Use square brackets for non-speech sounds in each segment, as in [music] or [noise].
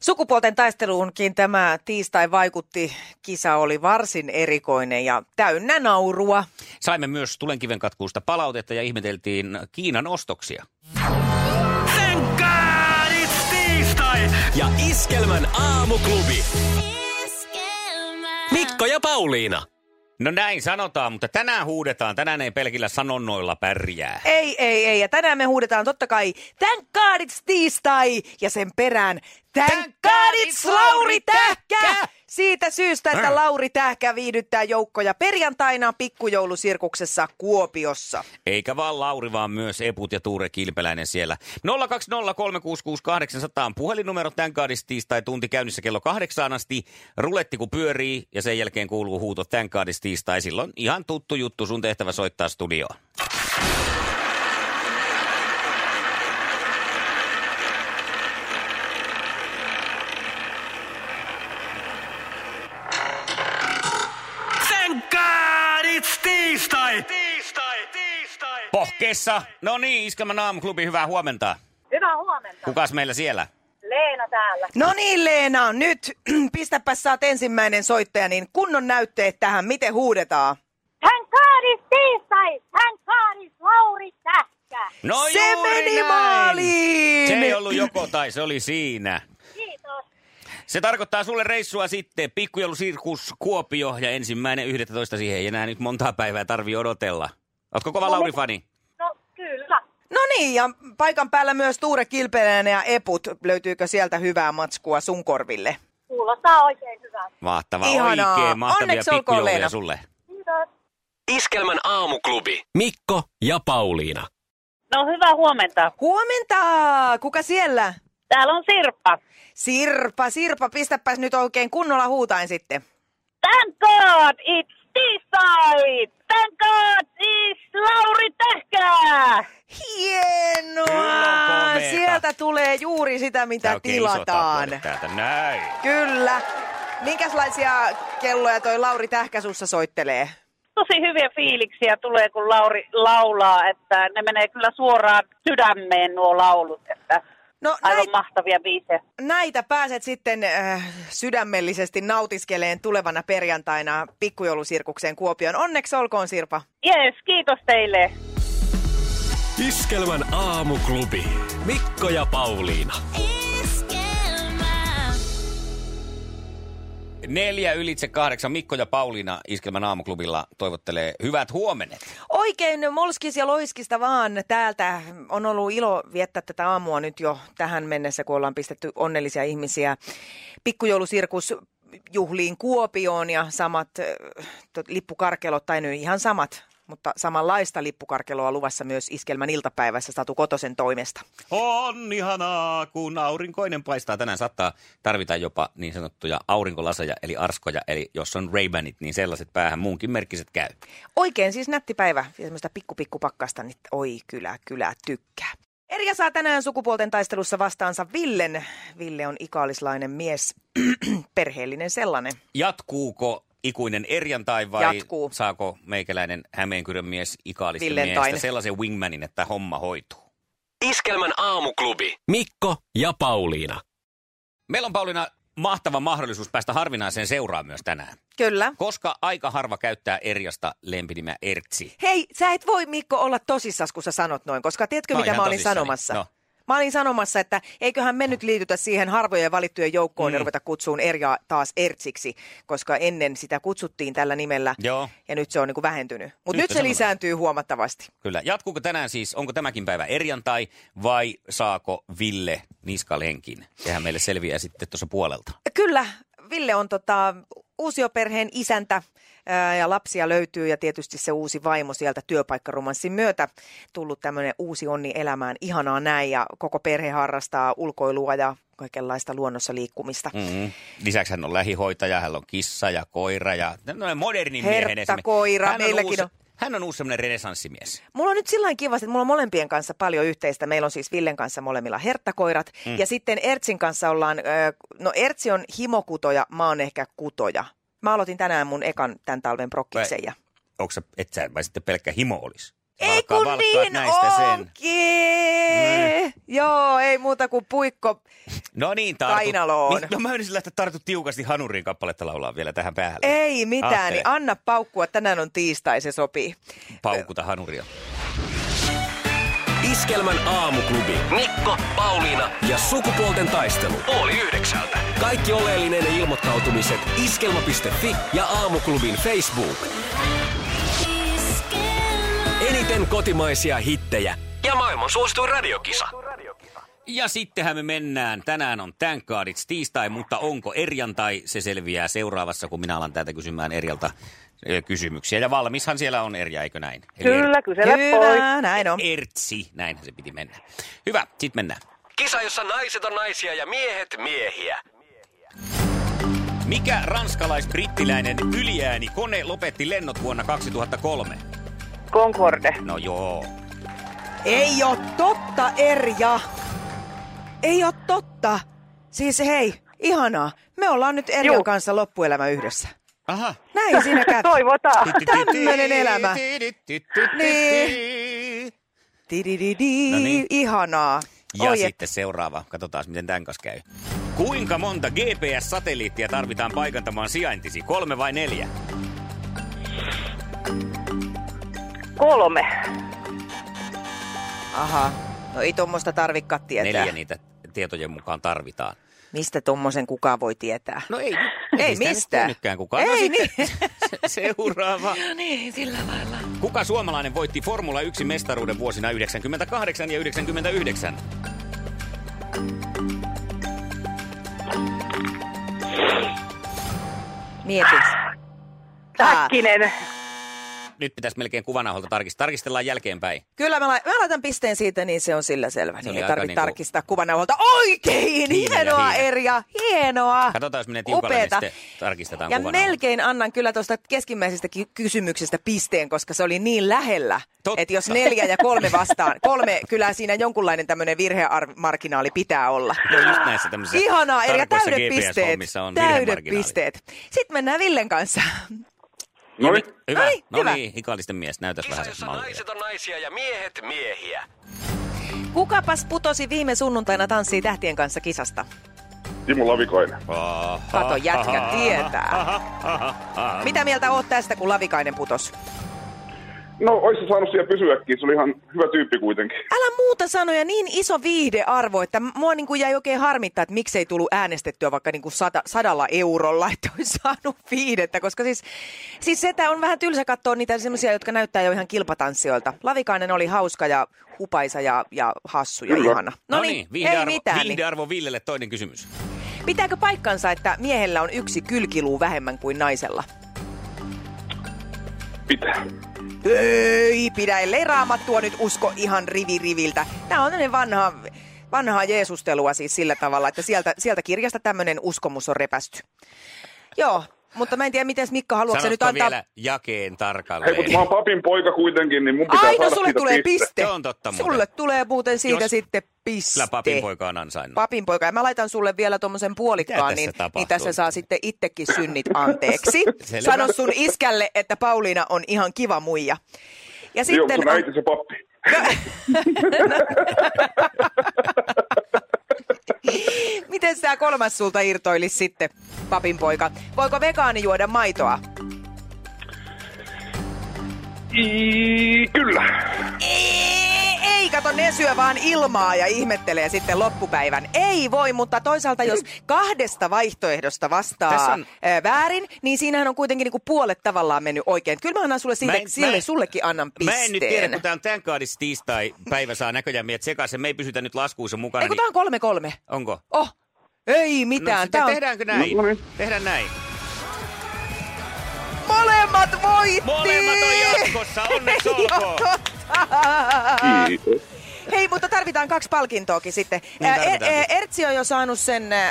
Sukupuolten taisteluunkin tämä tiistai vaikutti. Kisa oli varsin erikoinen ja täynnä naurua. Saimme myös tulenkiven katkuusta palautetta ja ihmeteltiin Kiinan ostoksia. Tänkkaadis tiistai ja Iskelmän aamuklubi. Mikko ja Pauliina. No näin sanotaan, mutta tänään huudetaan. Tänään ei pelkillä sanonnoilla pärjää. Ei, ei, ei. Ja tänään me huudetaan totta kai Thank God it's tiistai ja sen perään Thank God it's Lauri Tähkä! Äh. Siitä syystä, että Lauri Tähkä viihdyttää joukkoja perjantaina pikkujoulussirkuksessa Kuopiossa. Eikä vaan Lauri, vaan myös Eput ja Tuure Kilpeläinen siellä. 020366800 puhelinnumerot tämän kaadis tiistai tunti käynnissä kello kahdeksaan asti. Ruletti kun pyörii ja sen jälkeen kuuluu huuto tämän kaadis tiistai. Silloin ihan tuttu juttu, sun tehtävä soittaa studioon. Thank God it's tiistai! Tiistai, tiistai! Pohkeessa. No niin, Iskelmän aamuklubi, hyvää huomenta. Hyvää huomenta. Kukas meillä siellä? Leena täällä. No niin Leena, nyt [clears throat] pistäpä saat ensimmäinen soittaja, niin kunnon näytteet tähän, miten huudetaan. Hän kaadis tiistai, hän kaadis Lauri Tähkä. No Se juuri meni näin. maaliin! Se ei ollut joko tai, se oli siinä. Kiitos. Se tarkoittaa sulle reissua sitten. Pikkujoulusirkus Kuopio ja ensimmäinen 11. Siihen ei enää nyt montaa päivää tarvi odotella. Ootko kova Lauri-fani? No kyllä. No niin, ja paikan päällä myös Tuure Kilpeläinen ja Eput. Löytyykö sieltä hyvää matskua sun korville? Kuulostaa oikein hyvältä. Mahtava, Ihanaa. oikein mahtavia Onneksi olkoon, Leena. pikkujouluja sulle. Kiitos. Iskelmän aamuklubi. Mikko ja Pauliina. No hyvää huomenta. Huomenta! Kuka siellä? Täällä on Sirpa. Sirpa, Sirpa, pistäpäs nyt oikein kunnolla huutain sitten. Thank God it's tiistai. Thank God it's Lauri Tähkä. Kyllä on Hienoa! komeeta. Sieltä tulee juuri sitä, Tää mitä oikein iso tilataan. tapuolet Täältä. Näin. Kyllä. Minkälaisia kelloja toi Lauri Tähkäsussa soittelee? Tosi hyviä fiiliksiä tulee, kun Lauri laulaa, että ne menee kyllä suoraan sydämeen nuo laulut. Että No aivan näit, mahtavia biisejä. näitä pääset sitten äh, sydämellisesti nautiskeleen tulevana perjantaina pikkujoulusirkukseen Kuopioon. Onneksi olkoon Sirpa. Jees, kiitos teille. Iskelmän aamuklubi. Mikko ja Pauliina. Neljä ylitse kahdeksan. Mikko ja Pauliina Iskelmän aamuklubilla toivottelee hyvät huomenet. Oikein molskis ja loiskista vaan täältä. On ollut ilo viettää tätä aamua nyt jo tähän mennessä, kun ollaan pistetty onnellisia ihmisiä pikkujoulusirkus juhliin Kuopioon ja samat äh, to- lippukarkelot, tai nyt ihan samat, mutta samanlaista lippukarkeloa luvassa myös Iskelmän iltapäivässä Satu Kotosen toimesta. On ihanaa, kun aurinkoinen paistaa. Tänään saattaa tarvita jopa niin sanottuja aurinkolaseja, eli arskoja. Eli jos on ray niin sellaiset päähän muunkin merkkiset käy. Oikein siis nätti päivä ja semmoista pikkupikkupakkasta, niin oi kyllä, kyllä tykkää. Erja saa tänään sukupuolten taistelussa vastaansa Villen. Ville on ikaalislainen mies, [clears throat] perheellinen sellainen. Jatkuuko ikuinen erjantai vai Jatkuu. saako meikäläinen Hämeenkyrön mies ikaalista Villen miestä Taine. sellaisen wingmanin, että homma hoituu? Iskelmän aamuklubi. Mikko ja Pauliina. Meillä on Pauliina mahtava mahdollisuus päästä harvinaiseen seuraan myös tänään, Kyllä. koska aika harva käyttää Erjasta lempinimeä Ertsi. Hei, sä et voi Mikko olla tosissas, kun sä sanot noin, koska tiedätkö Mä oon mitä mä ihan olin tosissani. sanomassa? No. Mä olin sanomassa, että eiköhän me nyt liitytä siihen harvojen valittujen joukkoon mm. ja ruveta kutsuun Erjaa taas Ertsiksi, koska ennen sitä kutsuttiin tällä nimellä Joo. ja nyt se on niinku vähentynyt. Mutta Just nyt se sanoin. lisääntyy huomattavasti. Kyllä. Jatkuuko tänään siis, onko tämäkin päivä erjantai vai saako Ville niskalenkin? Sehän meille selviää sitten tuossa puolelta. Kyllä, Ville on tota, uusioperheen isäntä ää, ja lapsia löytyy ja tietysti se uusi vaimo sieltä työpaikkaromanssin myötä tullut tämmöinen uusi onni elämään. Ihanaa näin ja koko perhe harrastaa ulkoilua ja kaikenlaista luonnossa liikkumista. Mm-hmm. Lisäksi hän on lähihoitaja, hän on kissa ja koira ja no, modernin miehen Hertta esimerkiksi. koira, hän meilläkin uusi, on. Hän on uusi semmoinen renesanssimies. Mulla on nyt sillä kiva, että mulla on molempien kanssa paljon yhteistä. Meillä on siis Villen kanssa molemmilla herttakoirat. Mm. Ja sitten Ertsin kanssa ollaan, ö, no Ertsi on himokutoja, mä oon ehkä kutoja. Mä aloitin tänään mun ekan tämän talven prokkiksen. Ja... Onko sä, et sä, vai sitten pelkkä himo olisi? Ei kun niin onkin! Mm. Joo, ei muuta kuin puikko. No niin, tartu. Kainaloon. Niin, No mä yritin lähteä tartu tiukasti Hanurin kappaletta laulaa vielä tähän päälle. Ei mitään, Ajattele, niin anna paukkua. Tänään on tiistai, se sopii. Paukuta Hanuria. Iskelmän aamuklubi. Mikko, Pauliina ja sukupuolten taistelu. Oli yhdeksältä. Kaikki oleellinen ilmoittautumiset iskelma.fi ja aamuklubin Facebook. Eniten kotimaisia hittejä ja maailman suosituin radiokisa. Ja sittenhän me mennään. Tänään on Thank God It's tiistai, mutta onko erjantai? Se selviää seuraavassa, kun minä alan täältä kysymään erjalta ö, kysymyksiä. Ja valmishan siellä on erja, eikö näin? Eli er- Kyllä, kysele pois. Hyvä, näin on. Ertsi, näinhän se piti mennä. Hyvä, sit mennään. Kisa, jossa naiset on naisia ja miehet miehiä. Mikä ranskalais-brittiläinen yliäänikone lopetti lennot vuonna 2003? Concorde. No joo. Ei oo totta, Erja! Ei oo totta! Siis hei, ihanaa. Me ollaan nyt Erjan Juu. kanssa loppuelämä yhdessä. Aha. Näin [laughs] siinä kävi. Toivotaan. Tämmönen elämä. Niin. Tidididi, No niin. ihanaa. Ja Oi, et- sitten seuraava. Katsotaan, miten tämän kanssa käy. Kuinka monta GPS-satelliittia tarvitaan paikantamaan sijaintisi? Kolme vai neljä? Kolme. Aha, no ei tuommoista tarvikka tietää. Neljä niin. niitä tietojen mukaan tarvitaan. Mistä tuommoisen kukaan voi tietää? No ei, Ei sitä nyt mistään. tiennytkään kukaan. No Ei sitten [laughs] Seuraava. niin, sillä lailla. Kuka suomalainen voitti Formula 1 mestaruuden vuosina 98 ja 99? Mieti. Tää. Häkkinen. Nyt pitäisi melkein kuvanauholta tarkistaa. Tarkistellaan jälkeenpäin. Kyllä mä, la- mä laitan pisteen siitä, niin se on sillä selvä. Se Niin oli ei aika tarvitse niinku- tarkistaa kuvanauholta. Oikein! Hiina, Hienoa, hiina. Erja! Hienoa! Katsotaan, jos menee tiukalle, niin Ah, Upeeta. sitten tarkistetaan Ja kuvanauholta. melkein annan kyllä tuosta keskimmäisestä ki- kysymyksestä pisteen, koska se oli niin lähellä. Totta. Että jos neljä ja kolme vastaan, kolme, kyllä siinä jonkunlainen tämmöinen virhemarginaali pitää olla. No just näissä tämmöisissä Ihanaa, Erja, tarkoissa täydet pisteet. GPS-hommissa on Täydet virhemarginaali. pisteet. Sitten mennään Villen kanssa. No niin. Hyvä. Ai, no hyvä. niin, ikallisten mies, näytäs Kisa, vähän sen jossa mallia. naiset on naisia ja miehet miehiä. Kukapas putosi viime sunnuntaina tanssii tähtien kanssa kisasta? Timo Lavikainen. Aha, Kato, jätkä aha, tietää. aha, aha, aha. Mitä mieltä oot tästä, kun Lavikainen putos? No, ois se saanut siellä pysyäkin. Se oli ihan hyvä tyyppi kuitenkin. Älä muuta sanoja, niin iso viihdearvo, että mua niin kuin jäi oikein harmittaa, että miksei tullut äänestettyä vaikka niin kuin sata, sadalla eurolla, [laughs] että olisi saanut viihdettä, koska siis, siis se, että on vähän tylsä katsoa niitä semmoisia, jotka näyttää jo ihan kilpatanssijoilta. Lavikainen oli hauska ja hupaisa ja, ja hassu ja Kyllä. ihana. No niin, ei viihdearvo, mitään. Niin. viihdearvo Villelle toinen kysymys. Pitääkö paikkansa, että miehellä on yksi kylkiluu vähemmän kuin naisella? Pitää. Ei pidä, ellei raamattua nyt usko ihan rivi riviltä. Tämä on tämmöinen vanha, vanhaa jeesustelua siis sillä tavalla, että sieltä, sieltä kirjasta tämmöinen uskomus on repästy. Joo, mutta mä en tiedä, miten Mikko haluaa se nyt Sanotko antaa. vielä jakeen Hei, mutta mä tarkalleen? oon papin poika kuitenkin, niin mun pitää Aina saada sulle siitä tulee piste. piste. Se on totta muuten. Sulle tulee muuten siitä Jos- sitten piste. Sillä papin poika on ansainnut. Papin poika. Ja mä laitan sulle vielä tuommoisen puolikkaan, tässä niin, tapahtuu? niin tässä saa sitten itsekin synnit anteeksi. [laughs] Selvä. Sano sun iskälle, että Pauliina on ihan kiva muija. Ja Niin onko sitten sun äiti se pappi? [laughs] Miten tämä kolmas sulta irtoilisi sitten, papinpoika? Voiko vegaani juoda maitoa? I, kyllä. Ei, ei, kato, ne syö vaan ilmaa ja ihmettelee sitten loppupäivän. Ei voi, mutta toisaalta jos kahdesta vaihtoehdosta vastaa Tässä on... on- väärin, niin siinähän on kuitenkin niinku puolet tavallaan mennyt oikein. Kyllä mä annan sulle siitä, Mä en, sille, sullekin annan pisteen. Mä en nyt tiedä, kun tää on tämän kaadis tiistai päivä saa näköjään meidät sekaisin. Me ei pysytä nyt laskuussa mukana. niin- Ei kun tää on kolme kolme. Onko? Oh, ei No, mitään. sitten tää on... tehdäänkö näin? No, no niin. Tehdään näin. Molemmat voitti! Molemmat on jatkossa, onneksi Ei oo olkoon. totta. Kiitos. Hei, mutta tarvitaan kaksi palkintoakin sitten. Niin, Ää, tarvitaan. Ä- Ä- Ertsi on jo saanut sen äh,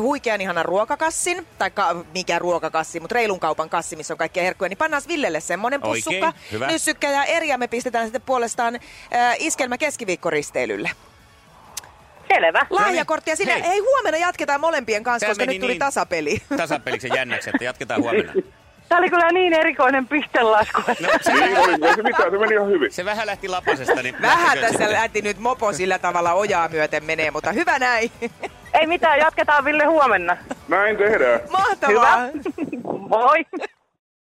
huikean ihanan ruokakassin, tai ka- mikä ruokakassi, mutta reilun kaupan kassi, missä on kaikkia herkkuja, niin pannaan Villelle semmoinen Oikein, pussukka, hyvä. nyssykkä ja eri, ja me pistetään sitten puolestaan äh, iskelmä keskiviikkoristeilylle. Selvä. Lahjakortti ja sinä, No niin. Hei. hei. hei huomenna jatketaan molempien kanssa, Tää koska meni nyt tuli niin. [laughs] tasapeli. Tasapeliksi ja jännäksi, että jatketaan huomenna. Tämä oli kyllä niin erikoinen pistelasku. [laughs] No, se, Niin oli, ei se mitään, se meni ihan hyvin. se vähän lähti lapasesta, niin Vähän lähtikö tässä sitten? lähti nyt mopo sillä tavalla ojaa myöten menee, mutta hyvä näin. [laughs] Ei mitään, jatketaan Ville huomenna. Näin tehdään. Mahtavaa. Hyvä. Moi.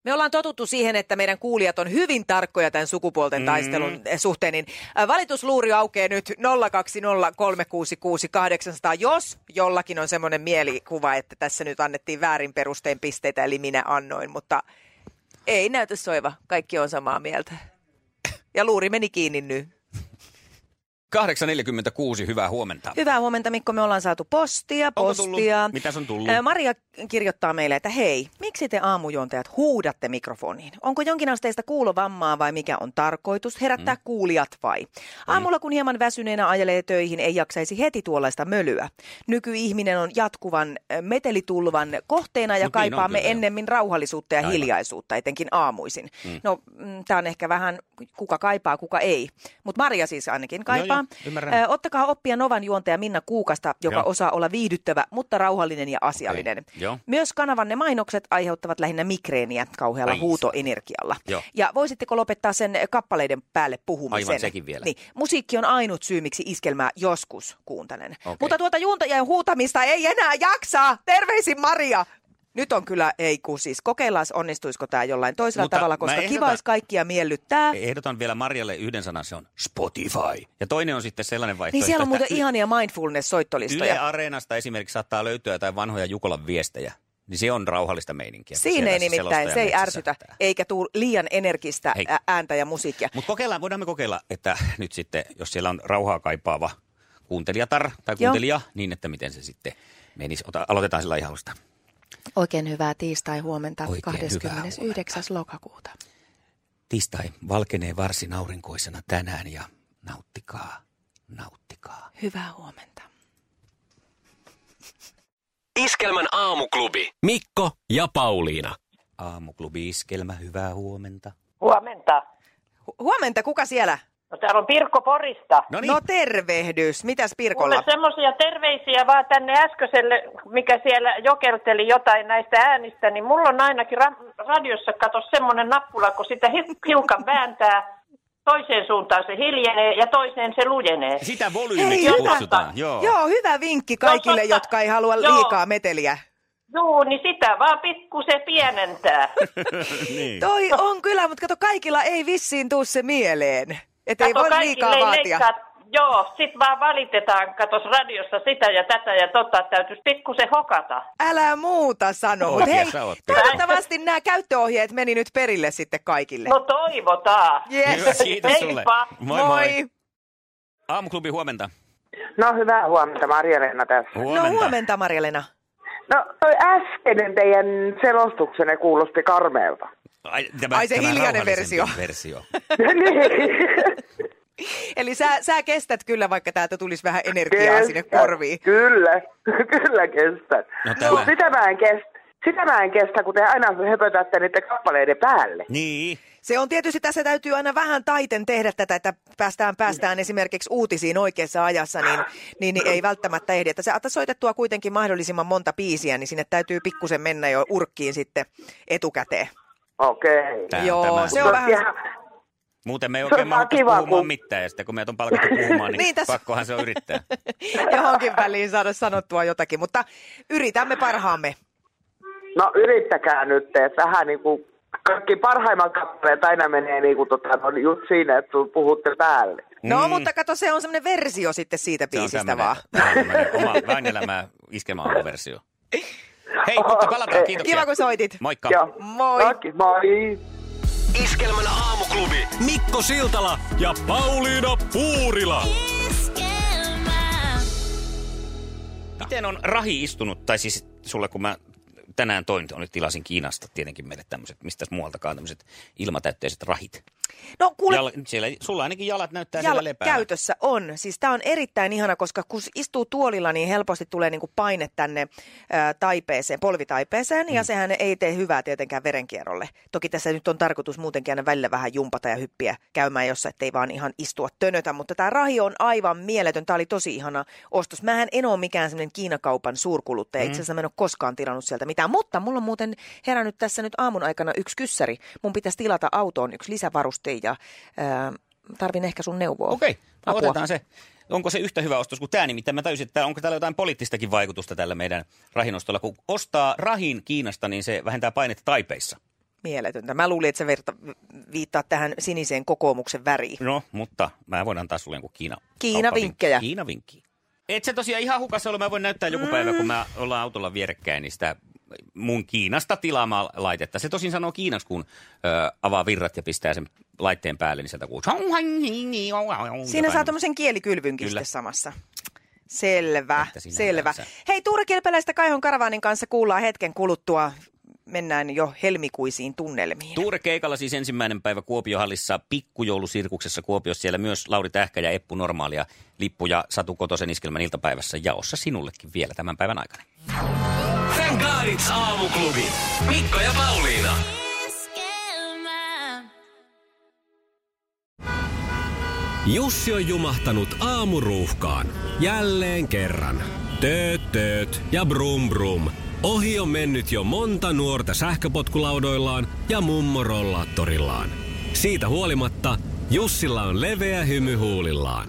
Me ollaan totuttu siihen, että meidän kuulijat on hyvin tarkkoja tämän sukupuolten mm. taistelun eh, suhteen, niin äh, valitusluuri aukeaa nyt 020366800, jos jollakin on semmoinen mielikuva, että tässä nyt annettiin väärin perustein pisteitä, eli minä annoin, mutta ei näytä soiva, kaikki on samaa mieltä. Ja luuri meni kiinni nyt. 8.46, hyvää huomenta. Hyvää huomenta Mikko, me ollaan saatu postia, Onko tullut? postia. Mitäs on tullut? Ää, Maria kirjoittaa meille, että hei, miksi te aamujuontajat huudatte mikrofoniin? Onko jonkinasteista kuulovammaa vai mikä on tarkoitus? Herättää mm. kuulijat Niin. vai? Aamulla kun hieman väsyneenä ajelee töihin, ei jaksaisi heti tuollaista mölyä. Nykyihminen on jatkuvan äh, metelitulvan kohteena ja Mut niin on kaipaamme kyllä, joo. ennemmin rauhallisuutta ja Aivan. Mm. hiljaisuutta, etenkin aamuisin. No, tämä on ehkä vähän kuka kaipaa, kuka ei. Mutta Maria siis ainakin kaipaa. joo, ymmärrän. Ää, Ö, Ottakaa oppia Novan juontaja Minna Kuukasta, joka Joo. Joo. osaa olla viihdyttävä, mutta rauhallinen ja asiallinen. Okei, joo. Myös kanavanne mainokset aiheuttavat lähinnä migreeniä kauhealla Ai se. huutoenergialla. Joo. Ja voisitteko lopettaa sen kappaleiden päälle puhumisen? Aivan, sekin vielä. Niin, musiikki on ainut syy, miksi iskelmää joskus kuuntelen. Okei. Mutta tuota juontajien huutamista ei enää jaksaa. Terveisin Maria! Nyt on kyllä, ei kun siis kokeillaan, onnistuisiko tämä jollain toisella Mutta tavalla, mä koska ehdotan- kiva olisi kaikkia miellyttää. Ehdotan vielä Marjalle yhden sanan, se on Spotify. Ja toinen on sitten sellainen vaihtoehto, Niin siellä on muuten että ihania mindfulness-soittolistoja. Yle Areenasta esimerkiksi saattaa löytyä jotain vanhoja Jukolan viestejä. Niin se on rauhallista meininkiä. kun Siinä siellä ei nimittäin, se ei selostaja ärsytä, metsästää. eikä tule liian energistä Hei. ä- ääntä ja musiikkia. Mutta kokeillaan, voidaan me kokeilla, että nyt sitten, jos siellä on rauhaa kaipaava kuuntelijatar tai Joo. kuuntelija, niin että miten se sitten menisi. Ota, aloitetaan sillä ihan alusta. Oikein hyvää tiistai-huomenta Oikein 29. lokakuuta. Tiistai valkenee varsin aurinkoisena tänään ja nauttikaa, nauttikaa. Hyvää huomenta. Iskelmän aamuklubi. Mikko ja Pauliina. Aamuklubi Iskelmä, hyvää huomenta. Huomenta. Hu- Huomenta, kuka siellä? No, täällä on Pirkko Porista. No niin, No tervehdys, mitäs Kuule Pirkolla? semmoisia terveisiä vaan tänne äskeiselle, mikä siellä jokelteli jotain näistä äänistä, niin mulla on ainakin ra- radiossa kato semmoinen nappula, kun sitä hi- hiukan vääntää, toiseen suuntaan se hiljenee ja toiseen se lujenee. sitä volyymiksi Hei, hyvä. kutsutaan. Joo. Joo, hyvä vinkki kaikille, totta. jotka ei halua Joo. liikaa meteliä. Juu, niin sitä vaan pikku se pienentää. niin. Toi on kyllä, mutta kato, kaikilla ei vissiin tuu se mieleen. Että ei Kato, voi kaikille liikaa ei vaatia. leikkaa- Joo, sit vaan valitetaan, katos radiossa sitä ja tätä ja tota, täytyisi pikkusen hokata. Älä muuta sano. Mut Oikeassa Hei, oot. toivottavasti nämä käyttöohjeet meni nyt perille sitten kaikille. No toivotaan. Hyvä, Yes. kiitos Heippa. sulle. Moi Moi. moi. Aamuklubi huomenta. No hyvää huomenta, Marja-Leena tässä. No huomenta Marja-Lena. No toi äskeinen teidän selostuksenne kuulosti [laughs] karmeelta. Ai, tämä, Ai se tämä hiljainen rauhallisempi versio. [laughs] versio. Niin. Eli sä, sä kestät kyllä, vaikka täältä tulisi vähän energiaa sinne Kestän. korviin. Kyllä, [laughs] kyllä kestän. No tämä- Mut sitä mä en kestä. Sitä mä en kestä, kun te aina höpötätte niiden kappaleiden päälle. Niin. Se on tietysti, tässä täytyy aina vähän taiten tehdä tätä, että päästään, päästään esimerkiksi uutisiin oikeassa ajassa, niin, niin, niin ei välttämättä ehdi. Että sä soitettua kuitenkin mahdollisimman monta biisiä, niin sinne täytyy pikkusen mennä jo urkkiin sitten etukäteen. Okei. No, Tää on Joo, tämä. se on vähän... Ihan- Muuten me ei Se on oikein vaan mahduttaisi kiva, puhumaan kun... kun- mitään, ja sitten kun meidät on [laughs] palkattu puhumaan, niin, Niin, tässä- pakkohan se on [laughs] yrittää. johonkin väliin saada sanottua jotakin, mutta yritämme parhaamme. No yrittäkää nyt, että vähän niin kuin kaikki parhaimmat kappaleet aina menee niin kuin tota, no, just siinä, että sun puhutte päälle. No, mutta kato, se on semmoinen versio sitten siitä Se on biisistä tämmönen- vaan. vähän tämmönen oma vähän elämää iskemäaama versio. Hei, mutta palataan, Okei. kiitoksia. Kiva, kun soitit. Moikka. Joo. Moi. Okei, moi. Iskelmän aamuklubi. Mikko Siltala ja Pauliina Puurila. Miten on rahi istunut, tai siis sulle kun mä tänään toin, oli tilasin Kiinasta tietenkin meille tämmöiset, mistä muualtakaan tämmöiset ilmatäytteiset rahit. No kuule, Jal, siellä, sulla ainakin jalat näyttää Jal- siellä lepäällä. käytössä on. Siis tämä on erittäin ihana, koska kun istuu tuolilla, niin helposti tulee niinku paine tänne ää, taipeeseen, polvitaipeeseen, ja sehän ei tee hyvää tietenkään verenkierrolle. Toki tässä nyt on tarkoitus muutenkin aina välillä vähän jumpata ja hyppiä käymään jossain, ettei vaan ihan istua tönötä, mutta tämä rahi on aivan mieletön. Tämä oli tosi ihana ostos. Mähän en ole mikään semmoinen Kiinakaupan suurkuluttaja. Itse asiassa mä en ole koskaan tilannut sieltä mitään, mutta mulla on muuten herännyt tässä nyt aamun aikana yksi kyssäri. Mun pitäisi tilata autoon yksi lisävaruste ja... Ää, tarvin ehkä sun neuvoa. Okei, no Apua. otetaan se. Onko se yhtä hyvä ostos kuin tämä? Nimittäin mä täysin, että onko täällä jotain poliittistakin vaikutusta tällä meidän rahinostolla. Kun ostaa rahin Kiinasta, niin se vähentää painetta Taipeissa. Mieletöntä. Mä luulin, että sä verta, viittaa tähän siniseen kokoomuksen väriin. No, mutta mä voin antaa sulle jonkun Kiina. Kiina-vinkkejä. Kiina vinkki. Et se tosiaan ihan hukassa ollut. Mä voin näyttää joku päivä, kun mä ollaan autolla vierekkäin, niin sitä mun Kiinasta tilaamaa laitetta. Se tosin sanoo Kiinaksi, kun ö, avaa virrat ja pistää sen laitteen päälle, niin sieltä kuuluu. Siinä saa tämmöisen kielikylvynkin Kyllä. sitten samassa. Selvä, Että siinä selvä. pääsee. Hei, Tuure Kelpeläistä Kaihon Karavaanin kanssa kuullaan hetken kuluttua. Mennään jo helmikuisiin tunnelmiin. Tuure Keikalla siis ensimmäinen päivä Kuopiohallissa pikkujoulusirkuksessa Kuopiossa. Siellä myös Lauri Tähkä ja Eppu Normaalia lippuja Satu Kotosen iskelmän iltapäivässä jaossa sinullekin vielä tämän päivän aikana. Thank Godits aamuklubi. Mikko ja Pauliina. Jussi on jumahtanut aamuruuhkaan. Jälleen kerran. Tööt, tööt ja brum brum. Ohi on mennyt jo monta nuorta sähköpotkulaudoillaan ja mummorollaattorillaan. Siitä huolimatta Jussilla on leveä hymy huulillaan.